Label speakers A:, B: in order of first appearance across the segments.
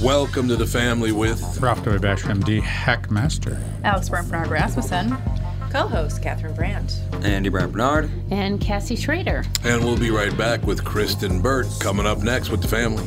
A: Welcome to the family with
B: Ralph W. Basher, MD, Hackmaster.
C: Alex Bernard Rasmussen.
D: Co-host Catherine Brandt.
E: Andy Brad Bernard.
F: And Cassie Schrader.
A: And we'll be right back with Kristen Burt coming up next with the family.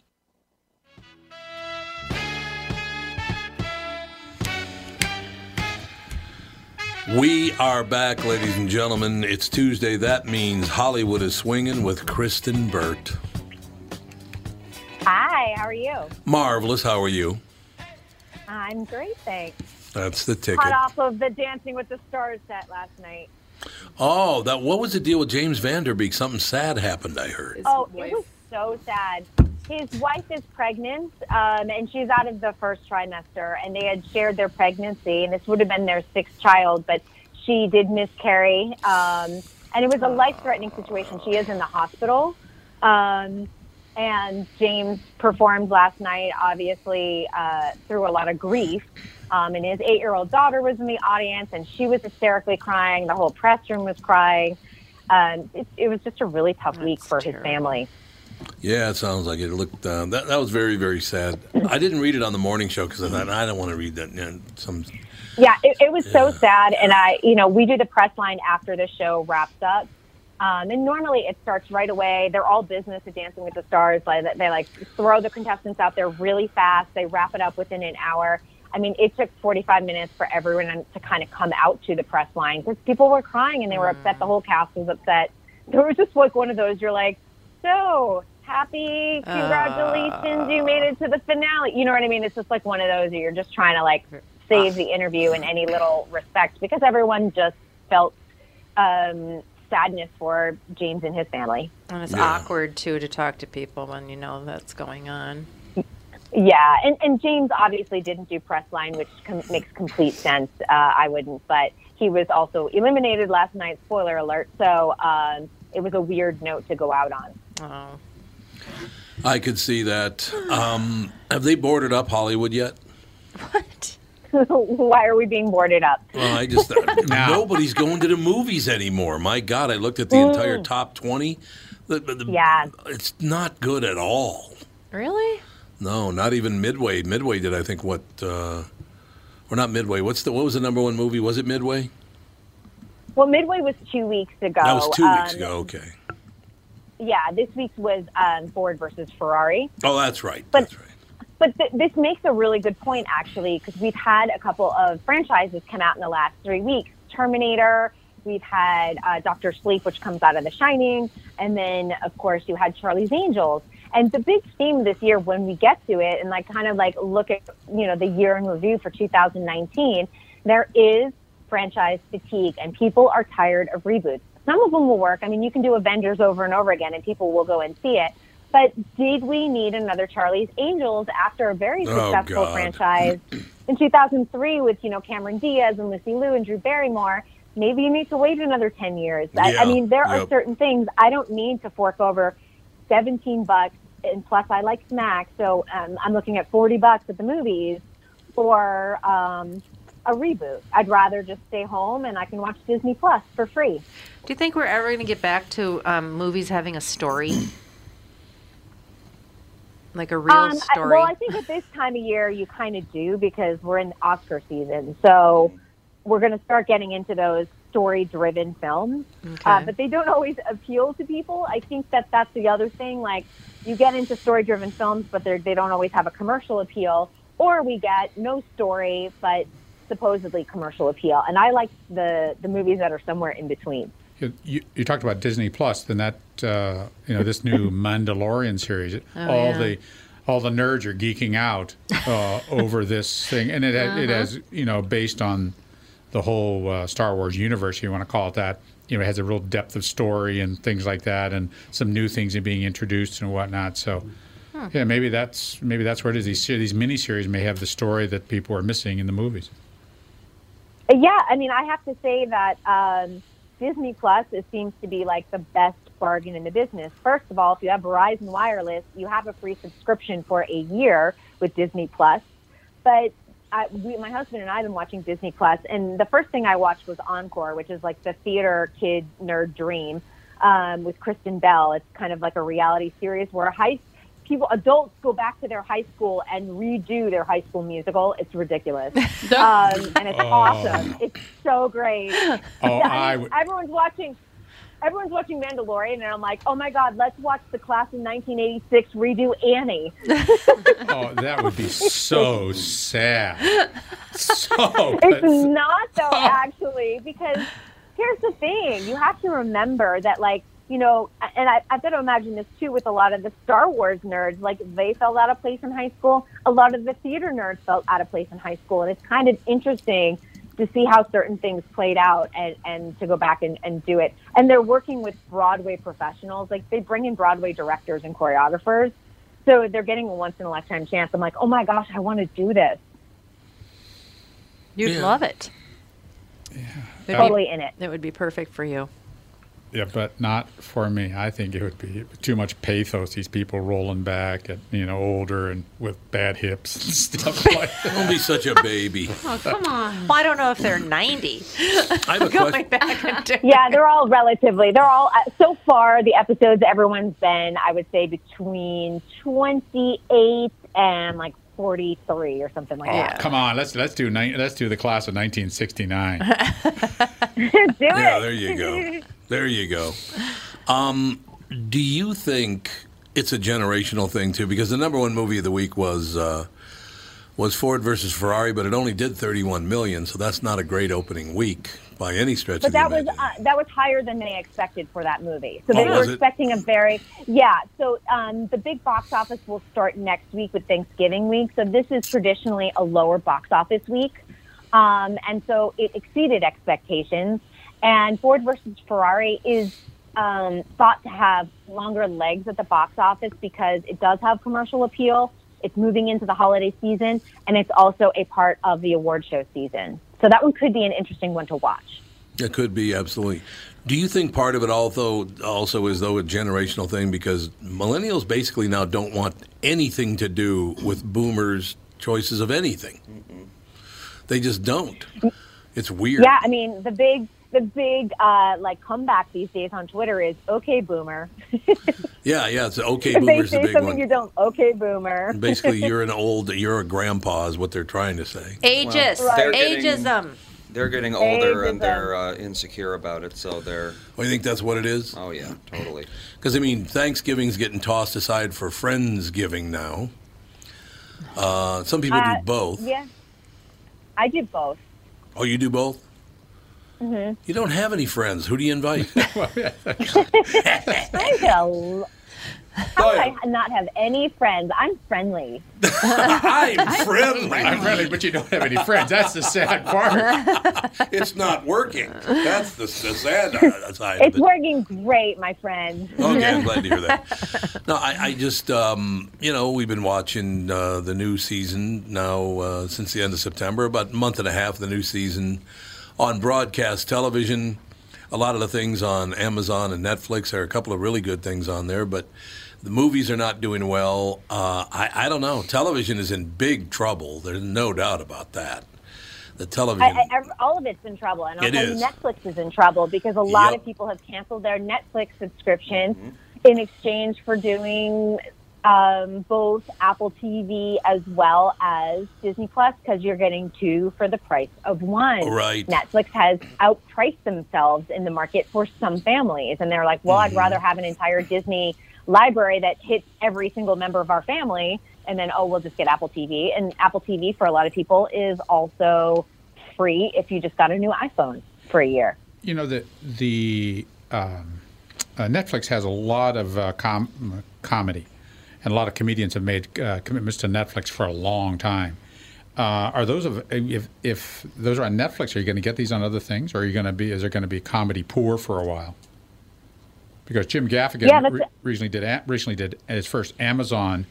A: We are back, ladies and gentlemen. It's Tuesday. That means Hollywood is swinging with Kristen Burt.
G: Hi, how are you?
A: Marvelous. How are you?
G: I'm great, thanks.
A: That's the ticket.
G: Hot off of the Dancing with the Stars set last night.
A: Oh, that what was the deal with James Vanderbeek? Something sad happened, I heard.
D: His
G: Oh,
D: wife.
G: it was so sad. His wife is pregnant, um, and she's out of the first trimester, and they had shared their pregnancy, and this would have been their sixth child, but she did miscarry, um, and it was a life-threatening situation. She is in the hospital, um, and James performed last night, obviously uh, through a lot of grief. Um, and his eight-year-old daughter was in the audience, and she was hysterically crying. The whole press room was crying. Um, it, it was just a really tough week
D: That's
G: for his
D: terrible.
G: family.
A: Yeah, it sounds like it. it looked uh, that that was very very sad. I didn't read it on the morning show because I thought I don't want to read that. you know, some
G: Yeah, it, it was so sad. And I, you know, we do the press line after the show wraps up. Um, and normally it starts right away. They're all business at Dancing with the Stars. Like they like throw the contestants out there really fast. They wrap it up within an hour. I mean, it took 45 minutes for everyone to kind of come out to the press line because people were crying and they were upset.
D: Mm.
G: The whole cast was upset. There was just like one of those. You're like, so happy,
D: Ah.
G: congratulations, you made it to the finale. You know what I mean? It's just like one of those that you're just trying to like save the interview in any little respect because everyone just felt um, sadness for James and his family.
D: And it's
A: Yeah.
D: awkward too to talk to people when you know that's going on.
G: Yeah, and, and James obviously didn't do press line, which com- makes complete sense. Uh, I wouldn't, but he was also eliminated last night. Spoiler alert! So um, it was a weird note to go out on.
D: Oh,
A: I could see that. Um, have they boarded up Hollywood yet?
D: what?
G: Why are we being boarded up?
A: Well, I just thought, nobody's going to the movies anymore. My God, I looked at the entire top twenty. The- the- the-
G: Yeah.
A: it's not good at all.
D: Really?
A: No, not even Midway. Midway did I think what? Uh, or not Midway. What's the what was the number one movie? Was it Midway?
G: Well, Midway was two weeks ago.
A: That was two weeks
G: Um,
A: ago. Okay.
G: yeah, this week's was um, Ford versus Ferrari.
A: Oh, that's right.
G: But-
A: that's right.
G: But th- this makes a really good point, actually, because we've had a couple of franchises come out in the last three weeks. Terminator, we've had uh, Doctor Sleep, which comes out of The Shining, and then of course you had Charlie's Angels. And the big theme this year, when we get to it, and like kind of like look at you know the year in review for 2019, there is franchise fatigue, and people are tired of reboots. Some of them will work. I mean, you can do Avengers over and over again, and people will go and see it. But did we need another Charlie's Angels after a very
A: Oh,
G: successful
A: God.
G: franchise in 2003 with you know Cameron Diaz and Lucy Liu and Drew Barrymore? Maybe you need to wait another 10 years. I,
A: Yeah,
G: I mean, there
A: yep.
G: are certain things I don't need to fork over 17 bucks, and plus I like snacks, so um, I'm looking at 40 bucks at the movies for um, a reboot. I'd rather just stay home and I can watch Disney Plus for free.
D: Do you think we're ever going to get back to um, movies having a story? Like a real
G: Um, I,
D: story?
G: well, I think at this time of year you kind of do because we're in Oscar season, so we're going to start getting into those story-driven films. Uh,
D: Okay.
G: but they don't always appeal to people. I think that that's the other thing. Like you get into story-driven films, but they're- they don't always have a commercial appeal, or we get no story but supposedly commercial appeal. And I like the the movies that are somewhere in between.
B: You, you, you talked about Disney Plus, then that uh, you know this new Mandalorian series. all
D: yeah.
B: the all the nerds are geeking out uh, over this thing, and it ha it has you know based on the whole uh, Star Wars universe, if you want to call it that. You know, it has a real depth of story and things like that, and some new things are being introduced and whatnot. So. Yeah, maybe that's maybe that's where it is. These se- these miniseries may have the story that people are missing in the movies.
G: Uh, Yeah, I mean, I have to say that um, Disney Plus it seems to be like the best bargain in the business. First of all, if you have Verizon Wireless, you have a free subscription for a year with Disney Plus. But I, we, my husband and I have been watching Disney Plus, and the first thing I watched was Encore, which is like the theater kid nerd dream um, with Kristen Bell. It's kind of like a reality series where high people, adults, go back to their high school and redo their high school musical. It's ridiculous, um, and it's awesome. It's so great.
B: Oh,
G: Yeah,
B: I
G: I mean,
B: would.
G: everyone's watching. Everyone's watching Mandalorian, and I'm like, oh my god, let's watch the class in 1986 redo Annie.
B: Oh, that would be so sad. So
G: It's not though, actually, because here's the thing: you have to remember that, like, you know, and I, I've got to imagine this too with a lot of the Star Wars nerds. Like, they felt out of place in high school. A lot of the theater nerds felt out of place in high school, and it's kind of interesting to see how certain things played out and, and to go back and, and do it. And they're working with Broadway professionals. Like, they bring in Broadway directors and choreographers. So they're getting a once in a lifetime chance. I'm like, oh my gosh, I want to do this.
D: You'd
A: Yeah.
D: love it. Yeah.
G: Totally in it.
D: It would be perfect for you.
B: yeah, but not for me. I think it would be too much pathos. These people rolling back and you know older and with bad hips and stuff like that.
A: Don't be such a baby.
D: Oh, Well, I don't know if they're 90
A: Uh, I have
D: going
A: a question.
G: Um,
D: back into
G: Yeah, they're all relatively. They're all uh, so far the episodes everyone's been, I would say between 28 and like 43 or something like
D: Yeah.
G: that.
B: Oh, Come on, let's let's do nine let's do the class of 1969.
G: Do
A: Yeah,
G: it.
A: there you go. There you go. Um, do you think it's a generational thing too? Because the number one movie of the week was uh, was Ford versus Ferrari, but it only did 31 million, so that's not a great opening week by any stretch
G: But
A: of the
G: that was
A: imagination.
G: uh, that was higher than they expected for that movie. So
A: Oh,
G: they
A: was
G: were
A: it?
G: expecting a very yeah. So um, the big box office will start next week with Thanksgiving week. So this is traditionally a lower box office week, um, and so it exceeded expectations. And Ford versus Ferrari is um, thought to have longer legs at the box office because it does have commercial appeal. It's moving into the holiday season, and it's also a part of the award show season. So that one could be an interesting one to watch.
A: It could be absolutely. Do you think part of it also also is though a generational thing because millennials basically now don't want anything to do with boomers' choices of anything. They just don't. It's weird.
G: Yeah, I mean the big the big uh, like comeback these days on Twitter is okay boomer.
A: yeah, yeah, It's okay.
G: If they
A: Boomers the
G: say
A: big
G: something
A: one.
G: you don't, okay boomer.
A: basically, you're an old, you're a grandpa is what they're trying to say.
D: ages.
H: They're getting-
D: Ageism.
E: They're getting
G: They
E: older
G: did
E: and they're uh, insecure about it, so they're.
A: Well, you think that's what it is?
E: Oh yeah, totally.
A: Because I mean, Thanksgiving's getting tossed aside for Friendsgiving now. Uh, some people
G: Uh,
A: do both.
G: Yeah. I do both.
A: Oh, you do both. Mm-hmm. You don't have any friends. Who do you invite?
G: I have a l-
A: Oh,
G: How would I not have any friends? I'm friendly.
A: I'm friendly.
B: I'm really, but you don't have any friends. That's the sad part.
A: It's not working. That's the, the sad uh, side.
G: It's
A: of it.
G: working great, my friend.
A: Okay, I'm glad to hear that. No, I, I just, um, you know, we've been watching uh, the new season now uh, since the end of September, about a month and a half, the new season on broadcast television. A lot of the things on Amazon and Netflix there are a couple of really good things on there, but the movies are not doing well. Uh, I, I don't know. Television is in big trouble. There's no doubt about that. The
G: I,
A: television.
G: I, ev- all of it's in trouble, and I'll
A: It
G: tell you,
A: is.
G: Netflix is in trouble because a
A: Yep.
G: lot
A: Mm-hmm.
G: of people have canceled their Netflix subscription in exchange for doing um, both Apple TV as well as Disney Plus because you're getting two for the price of one.
A: Right.
G: Netflix has outpriced themselves in the market for some families, and they're like, "Well, I'd rather have an entire Disney library that hits every single member of our family." And then, oh, we'll just get Apple TV. And Apple TV for a lot of people is also free if you just got a new iPhone for a year.
B: You know the the um, uh, Netflix has a lot of uh, com- comedy, and a lot of comedians have made uh, commitments to Netflix for a long time. Uh, are those of if, if those are on Netflix? Are you going to get these on other things, or are you going to be? Is there going to be comedy poor for a while? Because Jim Gaffigan
G: Yeah, that's-
B: re- recently did a- recently did his first Amazon,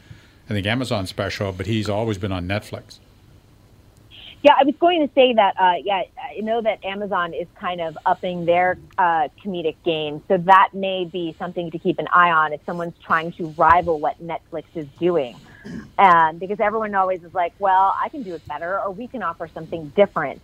B: I think Amazon special, but he's always been on Netflix.
G: Yeah, I was going to say that. Uh, yeah, I know that Amazon is kind of upping their uh, comedic game, so that may be something to keep an eye on if someone's trying to rival what Netflix is doing, um, because everyone always is like, "Well, I can do it better," or "We can offer something different."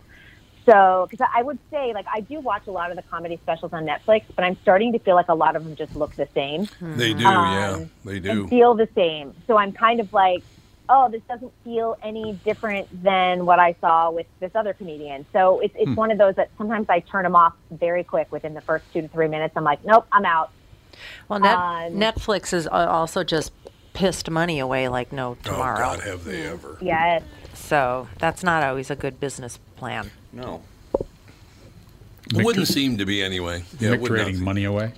G: So, because I would say, like, I do watch a lot of the comedy specials on Netflix, but I'm starting to feel like a lot of them just look the same
A: they do, yeah.
G: Um,
A: They do.
G: and feel the same. So I'm kind of like, oh, this doesn't feel any different than what I saw with this other comedian. So it's, it's
A: Hmm.
G: one of those that sometimes I turn them off very quick within the first two to three minutes. I'm like, nope, I'm out.
D: Well, Net-
G: Um,
D: Netflix is al- also just pissed money away like no
A: oh,
D: tomorrow.
A: God, have they ever.
G: Yes.
D: so that's not always a good business plan.
E: No.
A: It wouldn't seem to be anyway. Yeah, it would not
B: Micturating
A: seem-
B: money away.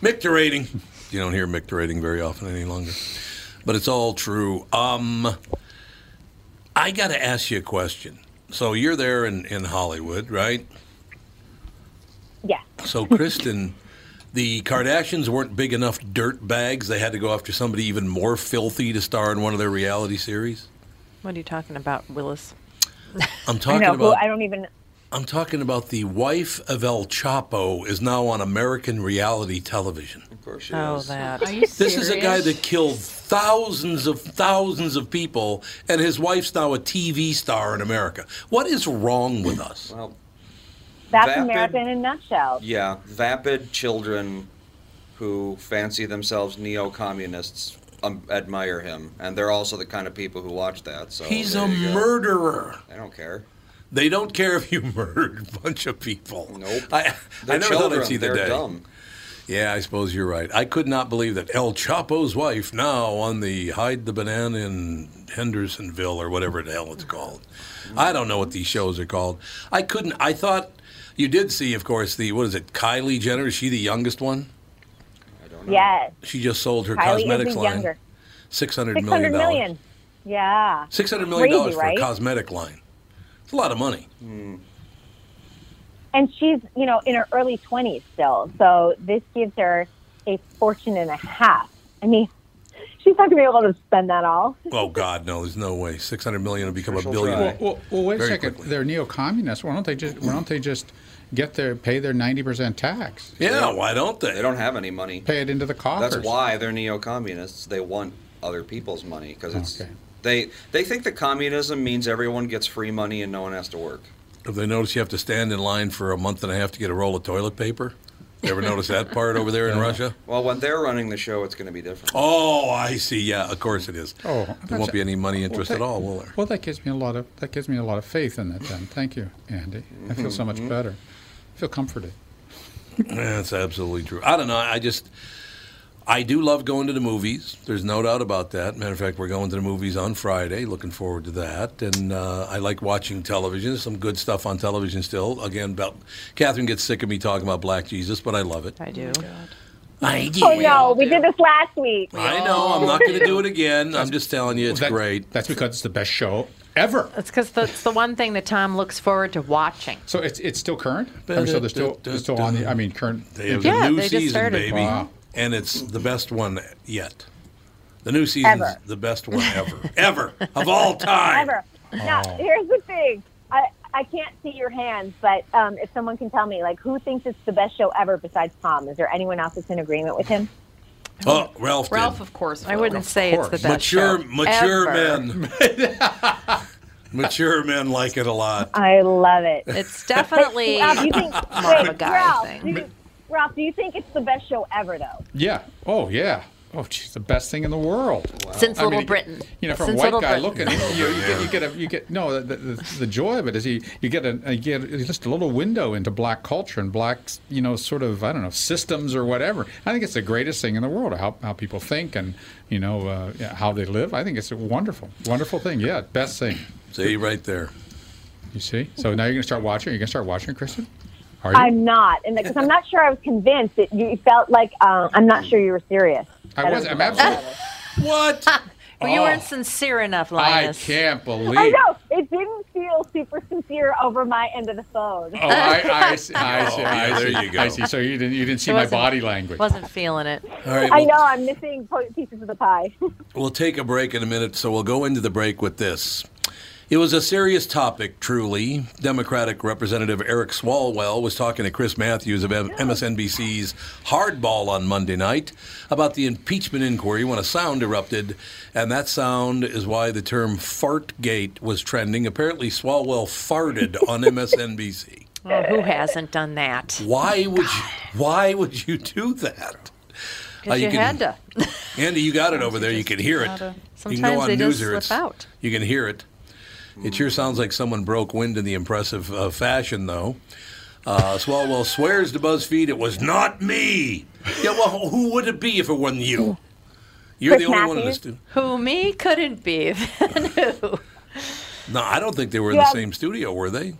A: Micturating. You don't hear micturating very often any longer, but it's all true. Um, I got to ask you a question. So you're there in, in Hollywood, right?
G: Yes.
A: So Kristen, the Kardashians weren't big enough dirt bags. They had to go after somebody even more filthy to star in one of their reality series.
D: What are you talking about, Willis?
A: I'm
G: I
A: talking
G: know. Who,
A: about
G: I don't even.
A: I'm talking about the wife of El Chapo is now on American reality television.
E: Of course she
D: Oh,
E: is.
D: that.
F: Are you
A: This is a guy
F: serious?
A: that killed thousands of thousands of people, and his wife's now a TV star in America. What is wrong with us?
E: Well,
G: That's
E: Vapid.
G: America in a nutshell.
E: yeah, vapid children who fancy themselves neo-communists um, admire him, and they're also the kind of people who watch that. So
A: He's
E: there
A: a
E: you go.
A: murderer.
E: I don't care.
A: They don't care if you murdered a bunch of people.
E: Nope.
A: I,
E: They're
A: I never
E: children.
A: thought I'd see the
E: they're
A: day.
E: dumb.
A: Yeah, I suppose you're right. I could not believe that El Chapo's wife now on the hide the banana in Hendersonville or whatever the hell it's called. I don't know what these shows are called. I couldn't. I thought you did see, of course, the what is it? Kylie Jenner. Is she the youngest one?
E: I don't know.
G: Yes.
A: She just sold her
G: Kylie
A: cosmetics
G: is the
A: line.
G: younger.
A: Six hundred
G: Six
A: million
G: hundred
A: dollars.
G: million. Yeah.
A: Six hundred million
G: Crazy,
A: dollars for
G: right? Hmm.
A: a cosmetic line. It's a lot of money.
G: and she's you know in her early 20s still so this gives her a fortune and a half i mean she's not going to be able to spend that all
A: Oh God, no! There's no way. Six hundred million to become a
E: Commercial
A: billionaire.
E: drive.
B: Well, well wait
A: Very
B: a second.
A: quickly.
B: They're neo-communists. Why don't they just Why don't they just get their pay their ninety percent tax?
A: Yeah, why don't they?
E: They don't have any money.
B: Pay it into the coffers.
E: That's why they're neo-communists. They want other people's money because it's
B: Okay.
E: they they think that communism means everyone gets free money and no one has to work.
A: Have they noticed you have to stand in line for a month and a half to get a roll of toilet paper? You ever notice that part over there in Russia?
E: Well, when they're running the show, it's going to be different.
A: Oh, I see. Yeah, of course it is.
B: Oh,
A: there won't be any money interest
B: that-
A: at all, will there?
B: Well, that gives me a lot of that gives me a lot of faith in it. Then, thank you, Andy. I feel
A: Mm-hmm.
B: so much better. I feel comforted.
A: That's absolutely true. I don't know. I just, I do love going to the movies. There's no doubt about that. Matter of fact, we're going to the movies on Friday. Looking forward to that. And uh, I like watching television. There's some good stuff on television still. Again, about Catherine gets sick of me talking about Black Jesus, but I love it.
D: I do.
A: I do.
G: Oh no, we did this last week.
A: I know. I'm not going to do it again. I'm just telling you, it's
B: That-
A: great.
B: That's because it's the best show ever.
D: It's because that's the one thing that Tom looks forward to watching.
B: So it's it's still current. I mean, so they're still they're still on the. I mean, current.
A: They have
D: Yeah,
A: a new
D: they just
A: season,
D: started.
A: baby,
B: Wow.
A: and it's the best one yet. The new season's
G: Ever.
A: the best one ever, ever of all time. Oh.
G: Ever. Now, here's the thing. I, I can't see your hands, but um, if someone can tell me, like, who thinks it's the best show ever besides Tom? Is there anyone else that's in agreement with him?
A: Oh, Ralph, did.
F: Ralph, of course.
D: I wouldn't say it's the best
A: mature,
D: show
A: mature
D: ever.
A: men, mature men like it a lot.
G: I love it.
D: It's
G: Wait,
D: definitely
G: Ralph, you think,
D: more of a
G: wait,
D: guy
G: Ralph,
D: thing.
G: do you, Ralph, do you think it's the best show ever, though?
B: Yeah. Oh yeah. Oh, geez, the best thing in the world.
F: Since
B: I mean,
F: Little
B: you-
F: Britain.
B: You know, from
F: Since
B: a white
F: Little
B: guy
F: Britain.
B: looking, you, you, get, you get a, you get no. The, the, the joy of it is you, you get a, you get just a little window into black culture and black, you know, sort of I don't know systems or whatever. I think it's the greatest thing in the world how how people think and you know uh, yeah, how they live. I think it's a wonderful, wonderful thing. Yeah, best thing.
A: See right there.
B: You see. So now you're gonna start watching. You're gonna start watching, Kristen. Are you?
G: I'm not, and because I'm not sure I was convinced that you felt like um, I'm not sure you were serious.
B: I was. I'm absolutely.
G: I
A: What?
D: Well, you
B: Oh.
D: weren't sincere enough,
B: I
D: Linus.
B: can't believe.
G: know it didn't feel super sincere over my end of the phone.
B: Oh, I, I see. I see. I
A: Oh, yeah, there
B: see,
A: you go.
B: I see. So you didn't. You didn't see
D: It
B: my
D: wasn't-
B: body language.
D: Wasn't feeling it.
A: All right,
G: I
A: we'll,
G: know I'm missing po- pieces of the pie.
A: we'll take a break in a minute, so we'll go into the break with this. It was a serious topic, truly. Democratic Representative Eric Swalwell was talking to Chris Matthews of M- MSNBC's Hardball on Monday night about the impeachment inquiry when a sound erupted, and that sound is why the term fartgate was trending. Apparently, Swalwell farted on MSNBC.
D: Oh, who hasn't done that?
A: Why would you, why would you do that? Uh,
D: Because you,
A: can-
D: had to.
A: Andy, you got it over there. You can hear it.
D: gotta-
A: you can go
D: sometimes
A: on
D: they just
A: Newser. It's-
D: slip out.
A: You can hear it. It sure sounds like someone broke wind in the impressive uh, fashion, though. Uh, Swalwell swears to BuzzFeed it was not me. Yeah, well, who would it be if it wasn't you? You're the
G: Chris
A: only one in the
G: Matthews?
A: studio.
D: Who me couldn't be.
A: No, I don't think they were in
G: Yeah.
A: the same studio, were they?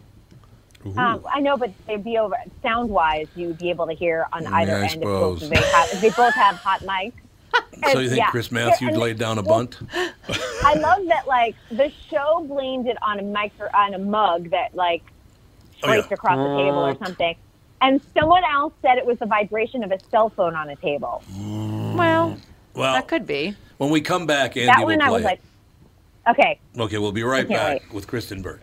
G: Um, I know, but they'd be over sound wise. You'd be able to hear on
A: I
G: either end. If both,
A: suppose.
G: they, have, if they both have hot mics.
A: So
G: And,
A: you think
G: yeah.
A: Chris
G: Yeah,
A: Matthews
G: and
A: laid down a bunt?
G: I love that. Like the show blamed it on a micro on a mug that like
A: Oh,
G: scraped
A: yeah.
G: across the table or something, and someone else said it was the vibration of a cell phone on a table.
D: well,
A: Well,
D: that could be.
A: when we come back, Andy
G: that
A: will
G: one
A: play
G: I was
A: it.
G: like, okay,
A: Okay, we'll be right
G: Okay,
A: back
G: wait.
A: with Kristen Burke.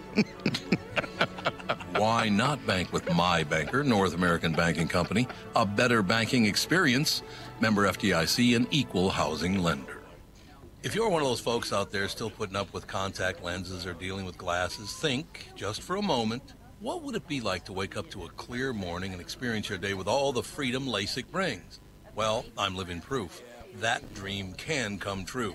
A: Why not bank with my banker, North American Banking Company? A better banking experience, member FDIC, an equal housing lender. If you're one of those folks out there still putting up with contact lenses or dealing with glasses, think just for a moment what would it be like to wake up to a clear morning and experience your day with all the freedom LASIK brings? Well, I'm living proof. That dream can come true.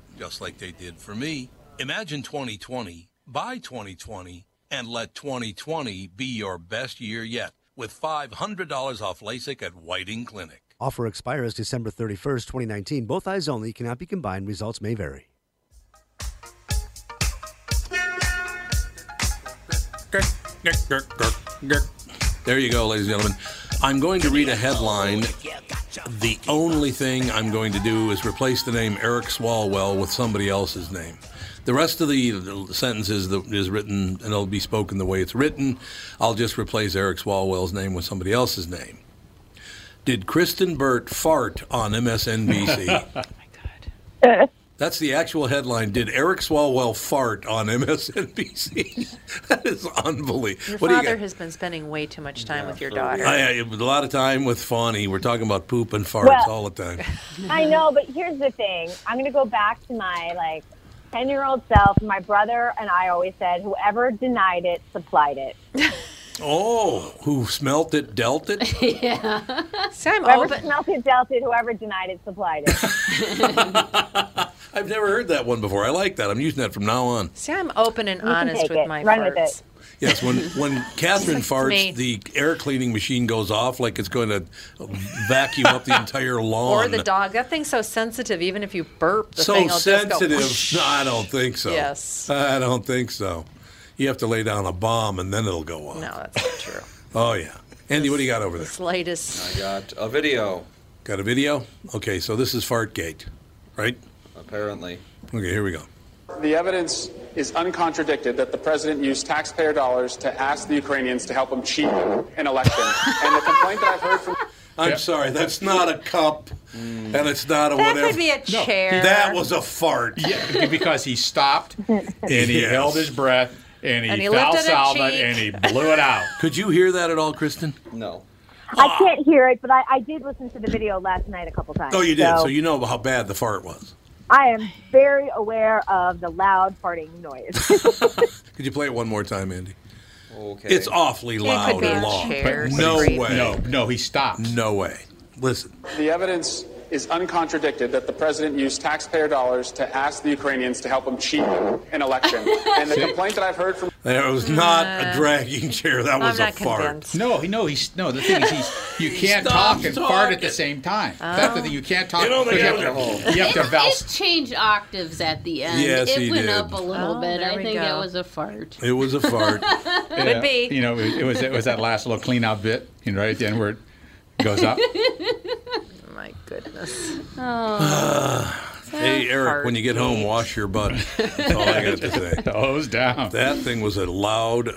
A: just like they did for me. Imagine 2020, buy 2020, and let 2020 be your best year yet with $500 off LASIK at Whiting Clinic.
F: Offer expires December 31st, 2019. Both eyes only cannot be combined. Results may vary.
A: There you go, ladies and gentlemen. I'm going to read a headline. The only thing I'm going to do is replace the name Eric Swalwell with somebody else's name. The rest of the the sentence is, the, is written and it'll be spoken the way it's written. I'll just replace Eric Swalwell's name with somebody else's name. Did Kristen Burt fart on MSNBC?
D: my God.
A: That's the actual headline. Did Eric Swalwell fart on MSNBC? that is unbelievable.
D: Your
A: What do you
D: father
A: got?
D: has been spending way too much time with your
E: absolutely.
D: daughter.
A: I, I, a lot of time with Fawny. We're talking about poop and farts
G: Well-
A: all the time.
G: I know, but here's the thing. I'm going to go back to my like 10 year old self. My brother and I always said, whoever denied it supplied it.
A: Oh, who smelt it, dealt it?
D: See, I'm
G: Whoever
D: open.
G: smelt it, dealt it. Whoever denied it supplied it.
A: I've never heard that one before. I like that. I'm using that from now on.
D: See, I'm open and
G: can
D: honest
G: take
D: with
G: it.
D: my
G: Run with
D: parts.
G: it.
A: Yes, when when Catherine farts,
D: me.
A: the air cleaning machine goes off like it's going to vacuum up the entire lawn.
D: Or the dog. That thing's so sensitive. Even if you burp, the
A: so
D: thing will
A: sensitive.
D: just go.
A: no, I don't think so.
D: Yes.
A: I don't think so. You have to lay down a bomb and then it'll go off.
D: No, that's not true.
A: Oh yeah. Andy, what do you got over there? Oh
D: Slightest.
E: I got a video,
A: Got a video? Okay, so this is Fartgate, right?
E: apparently.
A: Okay, here we go.
I: The evidence is uncontradicted that the president used taxpayer dollars to ask the Ukrainians to help him cheat an election. and the complaint that I've heard from
A: I'm sorry, that's not a cup,
E: Hmm.
A: and it's not a
D: That
A: whatever.
D: could be a chair.
A: That was a fart.
B: Yeah, because he stopped and he
A: Yes.
B: held his breath and he,
D: And he
B: fell
D: lifted a
B: solid
D: cheek.
B: and he blew it out.
A: Could you hear that at all, Kristen?
E: No.
G: I can't hear it, but I, I did listen to the video last night a couple times.
A: Oh, you did. So, you know how bad the fart was.
G: I am very aware of the loud farting noise.
A: Could you play it one more time, Andy?
E: Okay.
A: It's awfully loud
D: could be
A: and
D: a
A: long.
D: chair,
A: but no
D: screaming.
A: way.
B: No, no, he stopped.
A: No way. Listen.
I: the evidence is uncontradicted that the president used taxpayer dollars to ask the Ukrainians to help him cheat an election. and the complaint that I've heard from
A: There was not a dragging chair.
D: Uh,
A: That
D: I'm
A: was a
D: not
A: fart.
D: convinced.
B: No, he no, he's no. The thing is, he's you can't
A: stopped
B: talk and fart at
A: talking.
B: the same time. That's the thing. You can't talk.
A: You know, they
B: but
A: got
B: have
A: it.
B: to, you have to
J: It
B: valse.
J: changed octaves at the end.
A: Yes,
J: it
A: he
J: went
A: did.
J: up a little
D: Oh,
J: bit.
D: there
J: I
D: we
J: think
D: go.
J: that was a fart.
A: It was a fart.
B: Could
D: be.
B: You know, it, it was it was that last little clean out bit. You know, right at the end where it goes up.
D: My goodness.
A: Uh, hey, Eric, when you get home,
D: Fartgate.
A: wash your butt. That's all I got to say.
B: the hose down.
A: That thing was a loud,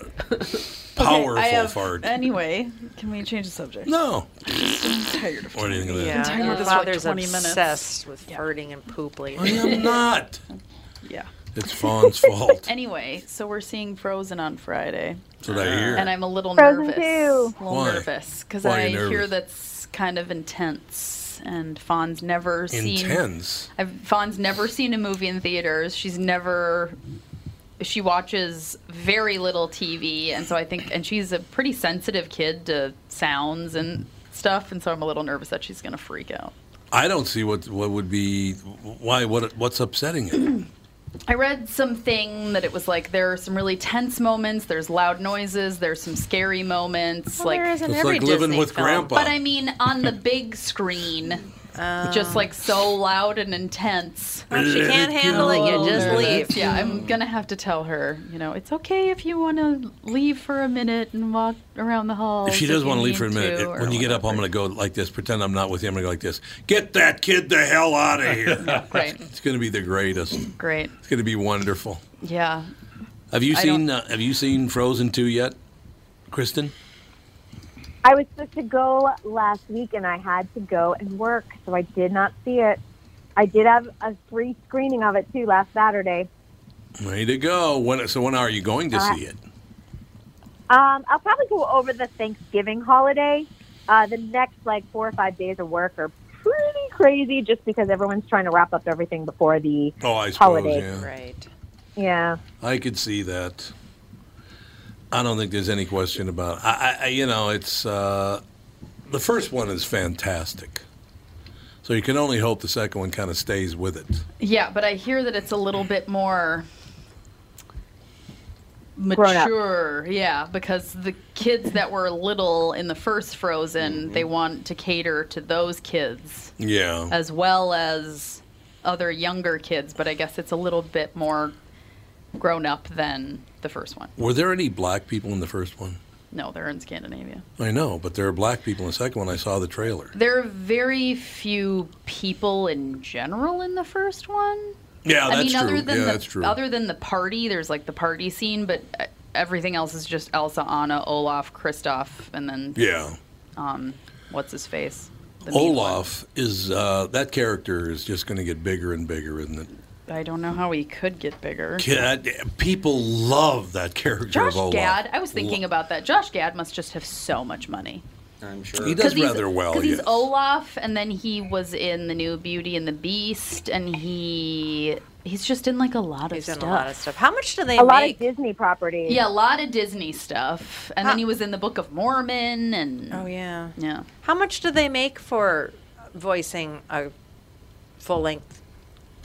A: powerful
C: I have,
A: fart.
C: Anyway, can we change the subject?
A: no.
C: I'm tired of
A: Or anything like that.
D: Yeah,
C: tired
D: your
C: of this, like,
D: father's
C: 20 minutes.
D: obsessed with farting and poop
A: I
D: lately.
A: am not.
C: Yeah.
A: It's Fawn's fault.
C: Anyway, so we're seeing Frozen on Friday,
A: That's what I hear.
C: and I'm a little
G: Frozen
C: nervous.
G: too.
C: A little
A: Why?
C: nervous because
A: Why are
C: I
A: you
C: hear
A: nervous?
C: that's kind of intense, and Fawn's never seen
A: Intense.
C: I've, Fawn's never seen a movie in theaters. She's never. She watches very little TV, and so I think, and she's a pretty sensitive kid to sounds and stuff, and so I'm a little nervous that she's gonna freak out.
A: I don't see what what would be why what what's upsetting it.
C: I read something that it was like there are some really tense moments, there's loud noises, there's some scary moments,
D: Well,
C: like.
D: there is in
A: It's
D: every
A: like living
D: Disney
A: with
D: film.
A: Grandpa.
C: but I mean, on the big screen, just like so loud and intense.
D: If she
A: Let
D: can't
A: it
D: handle it,
A: go.
D: you just
A: Let
D: leave.
C: Yeah, I'm gonna have to tell her. You know, it's okay if you want to leave for a minute and walk around the hall.
A: If she does want to leave for a minute, it- when you get up, I'm going to go like this. Pretend I'm not with you. I'm going to go like this. Get that kid the hell out of here.
C: Great,
A: it's going to be the greatest. It's
C: great.
A: going to be wonderful.
C: Yeah,
A: Have you
C: I
A: seen
C: don't-
A: uh, Have you seen Frozen two yet, Kristen?
G: I was supposed to go last week, and I had to go and work, so I did not see it. I did have a free screening of it too last Saturday.
A: Way to go! When, so when are you going to
G: Uh,
A: see it?
G: Um, I'll probably go over the Thanksgiving holiday. Uh, the next like four or five days of work are pretty crazy, just because everyone's trying to wrap up everything before the
A: Oh, I suppose.
G: holiday.
A: Yeah,
D: Right.
G: yeah.
A: I could see that. I don't think there's any question about. It. I, I, I- you know, it's uh, the first one is fantastic. So you can only hope the second one kind of stays with it.
C: Yeah, but I hear that it's a little bit more
G: Grown up.
C: mature. Yeah, because the kids that were little in the first Frozen, they want to cater to those kids
H: Oh.
A: Yeah.
C: as well as other younger kids. But I guess it's a little bit more grown up than the first one.
A: Were there any black people in the first one?
C: No, they're in Scandinavia.
A: I know, but there are black people in the second one. I saw the trailer.
C: There are very few people in general in the first one.
A: Yeah,
C: I
A: that's
C: mean,
A: true.
C: Other than
A: Yeah,
C: the,
A: that's true.
C: Other than the party, there's like the party scene, but uh, everything else is just Elsa, Anna, Olaf, Kristoff, and then
A: Yeah.
C: um, what's his face? The meat
A: Olaf is uh, that character is just going to get bigger and bigger, isn't it?
C: one. I don't know how he could get bigger.
A: Kid, people love that character
C: Josh
A: of Olaf.
C: Gad. I was thinking
A: Lo-
C: about that. Josh Gad must just have so much money.
E: I'm sure
A: He does rather well.
C: Because he's
A: yeah.
C: Olaf, and then he was in the new Beauty and the Beast, and he he's just in like a lot of stuff.
D: in a lot of stuff. How much do they
G: a lot of
D: make?
G: Disney properties.
C: Yeah, a lot of Disney stuff, and then he was in the Book of Mormon, and
D: Oh yeah.
C: yeah.
D: How much do they make for voicing a full-length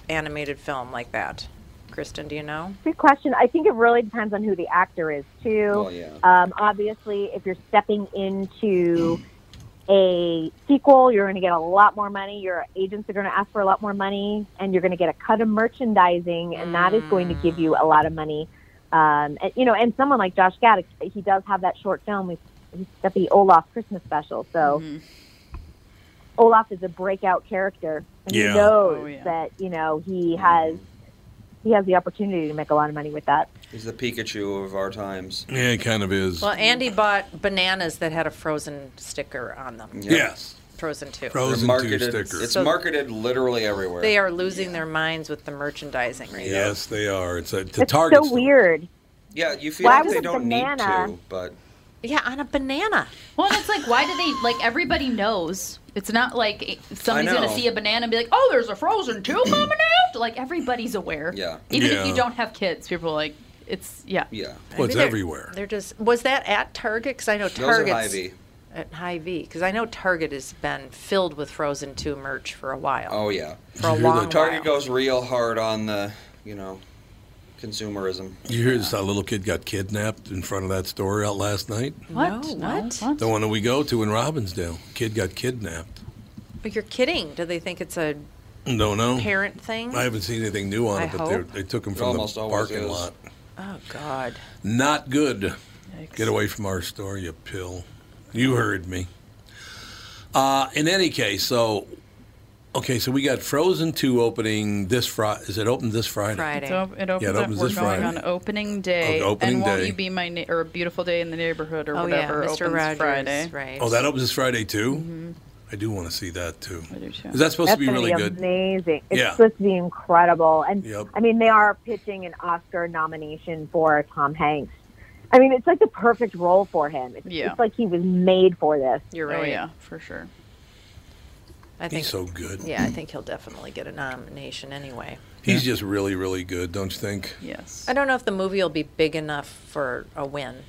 D: animated film like that? Kristen, do you know?
G: Good question. I think it really depends on who the actor is too.
D: Well, yeah.
G: um, obviously, if you're stepping into a sequel, you're going to get a lot more money. Your agents are going to ask for a lot more money, and you're going to get a cut of merchandising, and that is going to give you a lot of money. Um, and you know, and someone like Josh Gad, he does have that short film. He's, he's got the Olaf Christmas special, so Olaf is a breakout character, and
A: Yeah. Mm-hmm.
G: he knows that you know he has he has the opportunity to make a lot of money with that.
E: He's the Pikachu of our times.
A: Yeah, he kind of is.
D: Well, Andy bought bananas that had a frozen sticker on them.
A: Yes.
D: Frozen too.
E: They're marketed, It's
D: So
E: marketed literally everywhere.
D: They are losing their minds with the merchandising right now.
A: Yes, they are. It's a, to
D: It's
A: target.
D: so
G: weird.
E: Yeah, you feel
D: Why
E: like
D: was
E: they
D: it
E: don't
D: banana?
E: need to, but
D: Yeah, on a banana.
C: Well, and it's like, why do they like? Everybody knows. It's not like it- somebody's
E: I know.
C: gonna see a banana and be like, "Oh, there's a frozen tube coming out." Like everybody's aware.
E: Yeah.
C: Even
E: Yeah.
C: if you don't have kids, people are like, "It's yeah."
E: Yeah.
A: Well, it's
D: Maybe they're-
A: everywhere.
D: They're just. Was that at Target? Because I know
E: Those are
D: Target.
E: Hy-Vee.
D: At High V, because I know Target has been filled with Frozen Two merch for a while.
E: oh yeah.
D: For a long
E: Target
D: while.
E: goes real hard on the, you know, consumerism.
A: You hear this? That little kid got kidnapped in front of that store out last night.
D: What? what?
A: The one that we go to in Robbinsdale. Kid got kidnapped.
D: But you're kidding. Do they think it's a
A: Don't know.
D: parent thing?
A: Oh, I haven't seen anything new on
D: I
A: it, but they're-
D: hope.
A: they took him
E: It
A: from
E: almost
A: the
E: always
A: parking
E: is.
A: lot.
D: Oh God.
A: Not good. Get away from our store, you pill. You heard me. Uh, in any case, so okay, so we got Frozen Two opening this Friday. Is it open this Friday?
C: It's op- it opens
A: yeah, it
C: up.
A: opens
C: We're
A: this
C: going
A: Friday.
C: on opening day.
A: Oh, opening
C: and won't
A: day.
C: you be my na- or a beautiful day in the neighborhood or
D: Oh, yeah,
C: whatever?
D: Mr.
C: Opens
D: Rogers,
C: Friday.
D: right.
A: Oh, that opens this Friday too. I do want to see that too. I do
C: too.
A: Is that supposed
G: That's
A: to be
G: gonna
A: really good?
G: Amazing. It's
A: Yeah.
G: supposed to be incredible. And
A: Yep.
G: I mean, they are pitching an Oscar nomination for Tom Hanks. I mean, it's like the perfect role for him. It's,
C: Yeah.
G: it's like he was made for this.
D: You're
C: Oh
D: right.
C: yeah, for sure.
D: I think
A: so good.
D: Yeah, I think he'll definitely get a nomination anyway.
A: He's just really, really good, don't you think?
C: Yes.
D: I don't know if the movie will be big enough for a win.